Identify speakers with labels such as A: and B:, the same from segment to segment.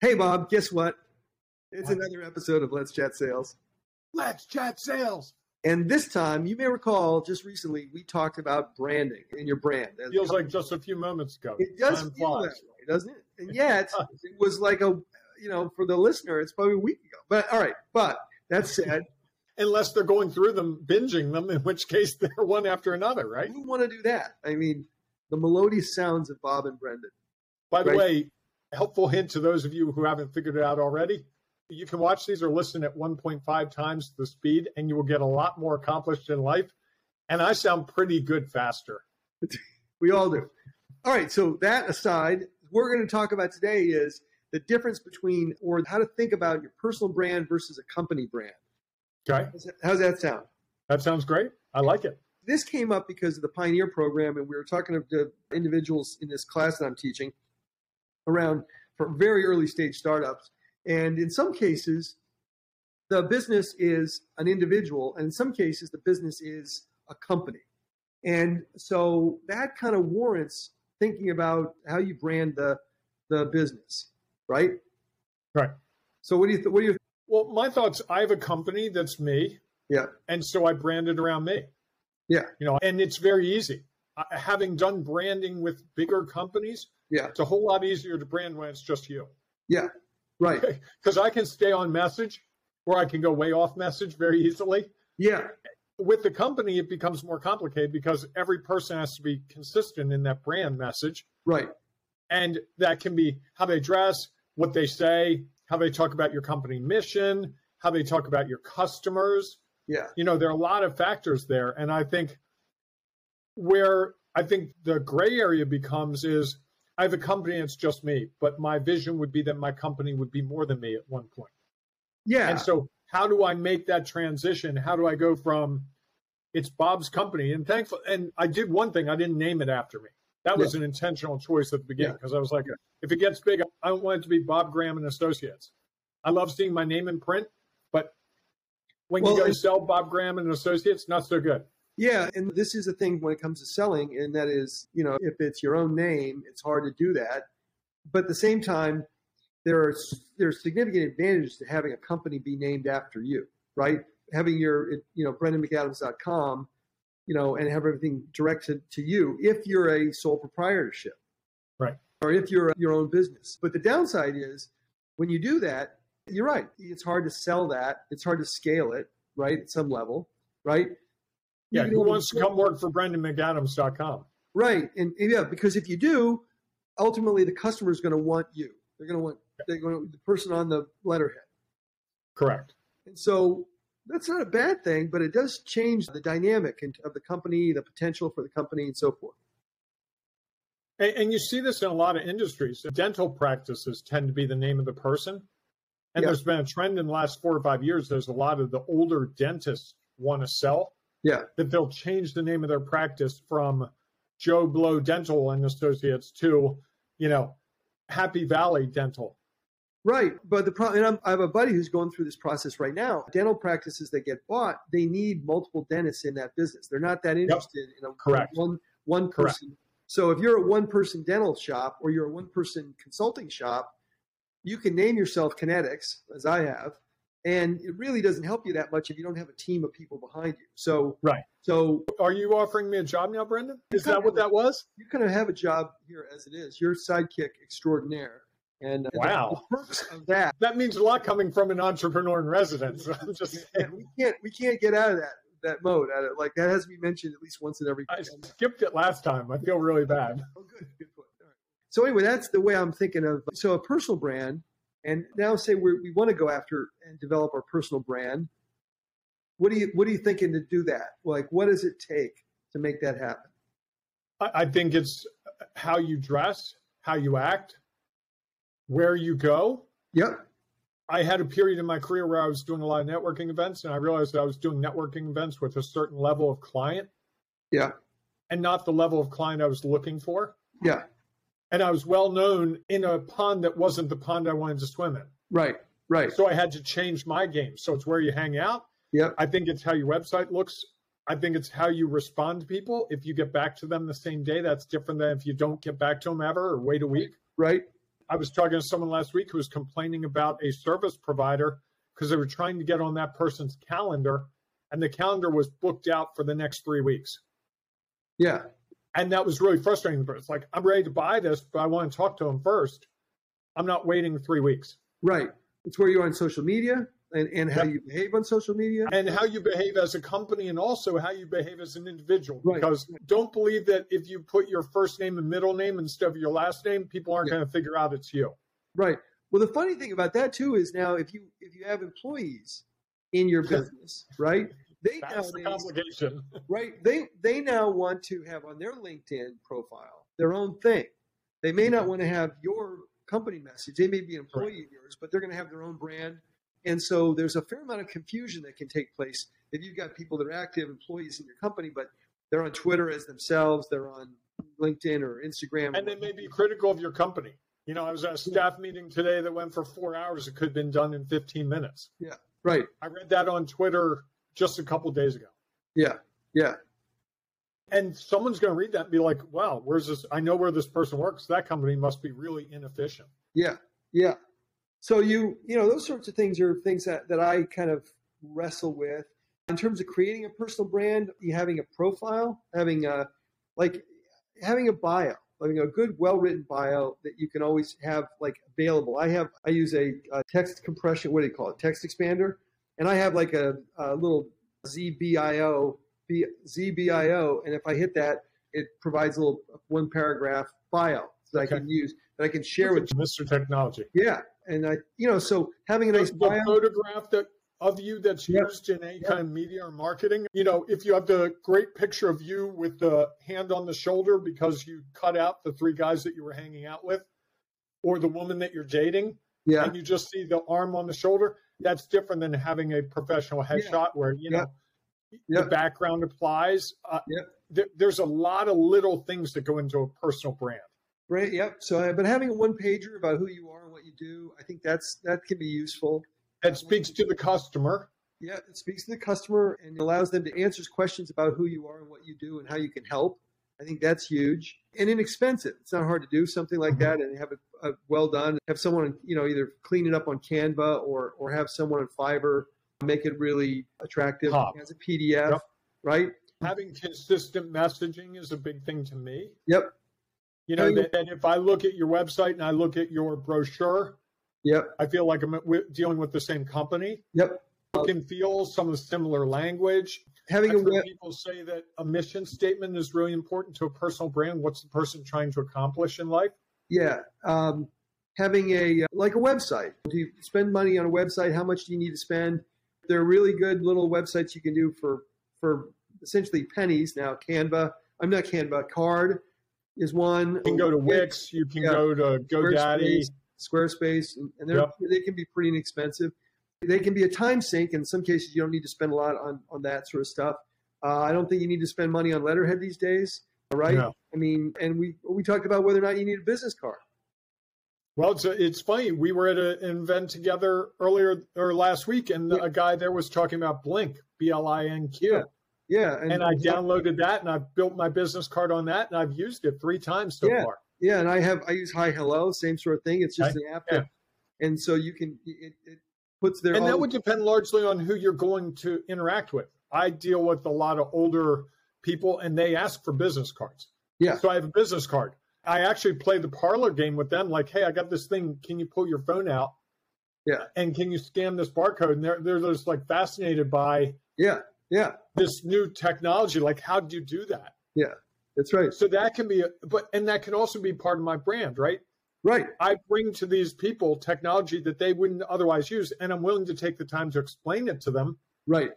A: Hey, Bob, guess what? It's another episode of Let's Chat Sales.
B: Let's chat sales.
A: And this time, you may recall, just recently, we talked about branding and your brand. And
B: Feels like just a few moments ago.
A: it does
B: Time
A: feel that
B: flies.
A: way, doesn't it? And yeah, it's, it was like a, you know, for the listener, it's probably a week ago. But all right, but that said,
B: Unless they're going through them, binging them, in which case they're one after another, right?
A: who want to do that? I mean, the melodious sounds of Bob and Brendan.
B: By the
A: Right.
B: way, helpful hint to those of you who haven't figured it out already. You can watch these or listen at 1.5 times the speed, and you will get a lot more accomplished in life. And I sound pretty good faster.
A: We all do. All right, so that aside, what we're going to talk about today is the difference between or how to think about your personal brand versus a company brand.
B: Okay,
A: How's that- How's that sound?
B: that sounds great. I like it.
A: This came up because of the Pioneer program, and we were talking to individuals in this class that I'm teaching around for very early stage startups. And in some cases, the business is an individual, and in some cases, the business is a company. And so that kind of warrants thinking about how you brand the the business, right?
B: Right.
A: So what do you th- what do you
B: Well, my thoughts I have a company that's me,
A: yeah
B: and so I brand it around me.
A: Yeah.
B: You know, and it's very easy. I- Having done branding with bigger companies,
A: Yeah.
B: it's a whole lot easier to brand when it's just you.
A: right
B: because I can stay on message or I can go way off message very easily.
A: yeah
B: With the company, it becomes more complicated because every person has to be consistent in that brand message.
A: right
B: And that can be how they dress, what they say, how they talk about your company mission, how they talk about your customers.
A: yeah
B: You know, there are a lot of factors there. And I think where I think the gray area becomes is I have a company and it's just me, but my vision would be that my company would be more than me at one point.
A: yeah
B: And so, how do I make that transition? How do I go from it's Bob's company? And thankful, and I did one thing. I didn't name it after me. That was an intentional choice at the beginning because I was like, if it gets big, I don't want it to be Bob Graham and Associates. I love seeing my name in print, but when
A: Well,
B: you go
A: and-
B: sell Bob Graham and Associates, not so good.
A: Yeah, and this is the thing when it comes to selling, and that is, you know, if it's your own name, it's hard to do that. But at the same time, there are there's significant advantages to having a company be named after you, right? Having your, you know, BrendanMcAdams.com, you know, and have everything directed to you if you're a sole proprietorship,
B: Right.
A: Or if you're your own business. But the downside is when you do that, you're right. It's hard to sell that. It's hard to scale it, right? At some level, right?
B: Yeah,
A: You
B: who
A: know,
B: wants to come work for BrendanMcAdams.com?
A: Right. And and yeah, because if you do, ultimately the customer is going to want you. They're going to want they're going to, the person on the letterhead.
B: Correct.
A: And so that's not a bad thing, but it does change the dynamic and- of the company, the potential for the company, and so forth.
B: And, and you see this in a lot of industries. Dental practices tend to be the name of the person. And
A: Yeah.
B: there's been a trend in the last four or five years. There's a lot of the older dentists want to sell.
A: Yeah.
B: That they'll change the name of their practice from Joe Blow Dental and Associates to, you know, Happy Valley Dental.
A: Right. But the problem, and I'm, I have a buddy who's going through this process right now. Dental practices that get bought, they need multiple dentists in that business. They're not that interested in a
B: Correct.
A: one one
B: Correct.
A: person. So if you're a one person dental shop or you're a one person consulting shop, you can name yourself Kinetics, as I have, and it really doesn't help you that much if you don't have a team of people behind you. So
B: Right.
A: So
B: Are you offering me a job now, Brendan? Is that what that was?
A: you kind of have a job here as it is. You're sidekick extraordinaire. And uh,
B: Wow.
A: the perks of that
B: That means a lot coming from an entrepreneur in residence. I'm just
A: Yeah,
B: saying.
A: we can't we can't get out of that that mode at it. Like that has to be mentioned at least once in every.
B: I skipped it last time. I feel really bad.
A: Oh, good, good point. All right. So anyway, that's the way I'm thinking of. So a personal brand, and now say we we want to go after and develop our personal brand. What do you what are you thinking to do that? Like, what does it take to make that happen?
B: I, I think it's how you dress, how you act, where you go.
A: Yep.
B: I had a period in my career where I was doing a lot of networking events, and I realized I was doing networking events with a certain level of client
A: Yeah.
B: and not the level of client I was looking for.
A: Yeah.
B: And I was well known in a pond that wasn't the pond I wanted to swim in.
A: Right. Right.
B: So I had to change my game. So it's where you hang out.
A: Yep.
B: I think it's how your website looks. I think it's how you respond to people. If you get back to them the same day, that's different than if you don't get back to them ever or wait a week.
A: Right.
B: I was talking to someone last week who was complaining about a service provider because they were trying to get on that person's calendar and the calendar was booked out for the next three weeks.
A: Yeah.
B: And that was really frustrating. But it's like, I'm ready to buy this, but I want to talk to them first. I'm not waiting three weeks.
A: Right. It's where you are on social media and, and how you behave on social media.
B: And how you behave as a company and also how you behave as an individual.
A: Right.
B: Because don't believe that if you put your first name and middle name instead of your last name, people aren't
A: Yeah.
B: going to figure out it's you.
A: Right. Well, the funny thing about that too is now if you if you have employees in your business, right? They
B: That's the
A: nowadays-
B: complication.
A: right they they now want to have on their linkedin profile their own thing they may
B: Mm-hmm.
A: not want to have your company message they may be an employee of yours but they're going to have their own brand and so there's a fair amount of confusion that can take place if you've got people that are active employees in your company but they're on twitter as themselves they're on linkedin or instagram
B: and they may be critical of your company. You know, I was at a staff meeting today that went for four hours. It could have been done in 15 minutes.
A: right
B: I read that on Twitter just a couple days ago.
A: yeah yeah
B: And someone's going to read that and be like, wow, where's this? I know where this person works. That company must be really inefficient.
A: Yeah, yeah. So you you know those sorts of things are things that that I kind of wrestle with in terms of creating a personal brand. You having a profile, having a like having a bio, having a good, well written bio that you can always have like available. I have I use a, a text compression. What do you call it? Text expander, and I have like a, a little ZBIO B, ZBIO, and if I hit that, it provides a little one paragraph bio that I
B: Okay.
A: can use that I can share with
B: Mr. Technology.
A: yeah, and I, you know, so having a nice
B: the
A: bio,
B: photograph that of you that's
A: Yeah.
B: used in any
A: Yeah.
B: kind of media or marketing. You know, if you have the great picture of you with the hand on the shoulder because you cut out the three guys that you were hanging out with or the woman that you're dating
A: yeah,
B: and you just see the arm on the shoulder, that's different than having a professional headshot where, you know,
A: Yeah.
B: the background applies. Uh,
A: Yeah.
B: there- there's a lot of little things that go into a personal brand.
A: right, yep. So, I- but having a one pager about who you are and what you do, I think that's that can be useful.
B: That speaks to the customer.
A: Yeah, it speaks to the customer and allows them to answer questions about who you are and what you do and how you can help. I think that's huge and inexpensive. It's not hard to do something like
B: Mm-hmm.
A: that and have it uh, well done. Have someone, you know, either clean it up on Canva or or have someone on Fiverr make it really attractive
B: Pop.
A: as a PDF,
B: Yep.
A: right?
B: Having consistent messaging is a big thing to me.
A: Yep,
B: You know,
A: Oh, yeah.
B: that, that if I look at your website and I look at your brochure,
A: yep,
B: I feel like I'm wi- dealing with the same company.
A: yep.
B: Look and feel, some of the similar language.
A: Having
B: I've
A: a web,
B: heard people say that a mission statement is really important to a personal brand. What's the person trying to accomplish in life?
A: Yeah, um, having a uh, like a website. Do you spend money on a website? How much do you need to spend? There are really good little websites you can do for for essentially pennies now. Canva, I'm not Canva. Card is one.
B: You can go to Wix, you can
A: Yeah.
B: go to GoDaddy.
A: Squarespace, Squarespace, and and they're,
B: Yep.
A: they can be pretty inexpensive. They can be a time sink. In some cases, you don't need to spend a lot on, on that sort of stuff. Uh, I don't think you need to spend money on letterhead these days. All right.
B: No.
A: I mean, and we we talked about whether or not you need a business card.
B: Well, it's, it's funny. We were at a, an event together earlier or last week, and
A: Yeah.
B: a guy there was talking about Blink, B L I N
A: Yeah.
B: Q.
A: Yeah,
B: And I downloaded that and I've built my business card on that, and I've used it three times so
A: Yeah.
B: far.
A: Yeah, and I have I use Hi Hello, same sort of thing. It's just an app, that, and so you can it, it puts their
B: and
A: all-
B: that would depend largely on who you're going to interact with. I deal with a lot of older people, and they ask for business cards.
A: Yeah.
B: So I have a business card. I actually play the parlor game with them. Like, hey, I got this thing. Can you pull your phone out?
A: Yeah.
B: And can you scan this barcode? And they're they're just like fascinated by
A: yeah yeah
B: this new technology. Like, how do you do that?
A: that's right
B: So that can be, a, but and that can also be part of my brand, right?
A: right
B: I bring to these people technology that they wouldn't otherwise use, and I'm willing to take the time to explain it to them
A: right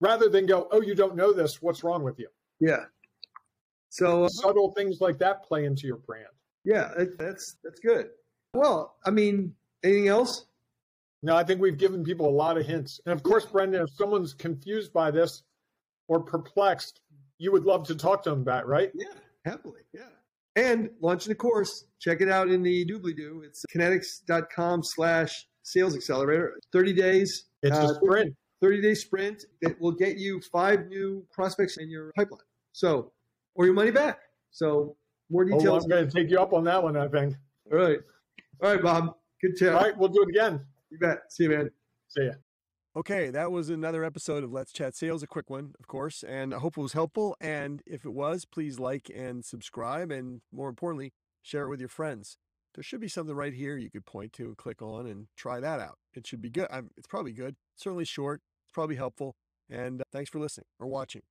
B: rather than go, oh, you don't know this. What's wrong with you?
A: yeah. So uh,
B: Subtle things like that play into your brand.
A: yeah, that, that's that's good. Well, I mean, anything else?
B: Now, I think we've given people a lot of hints. And of course, Brendan, if someone's confused by this or perplexed, you would love to talk to them about, it, right?
A: Yeah, happily. Yeah. And launching a course. Check it out in the doobly doo. It's kinetics.com slash sales accelerator. 30 days.
B: It's
A: uh,
B: a sprint.
A: 30 day sprint that will get you five new prospects in your pipeline. So, or your money back. So, more
B: Oh, well,
A: details.
B: I'm going to take you up on that one, I think.
A: All right. All right, Bob. Good chat.
B: All right, we'll do it again.
A: You bet. See you, man.
B: See ya.
C: Okay, that was another episode of Let's Chat Sales, a quick one, of course, and I hope it was helpful. And if it was, please like and subscribe, and more importantly, share it with your friends. There should be something right here you could point to and click on and try that out. It should be good. I'm, it's probably good, certainly short, it's probably helpful. And thanks uh, for listening or watching.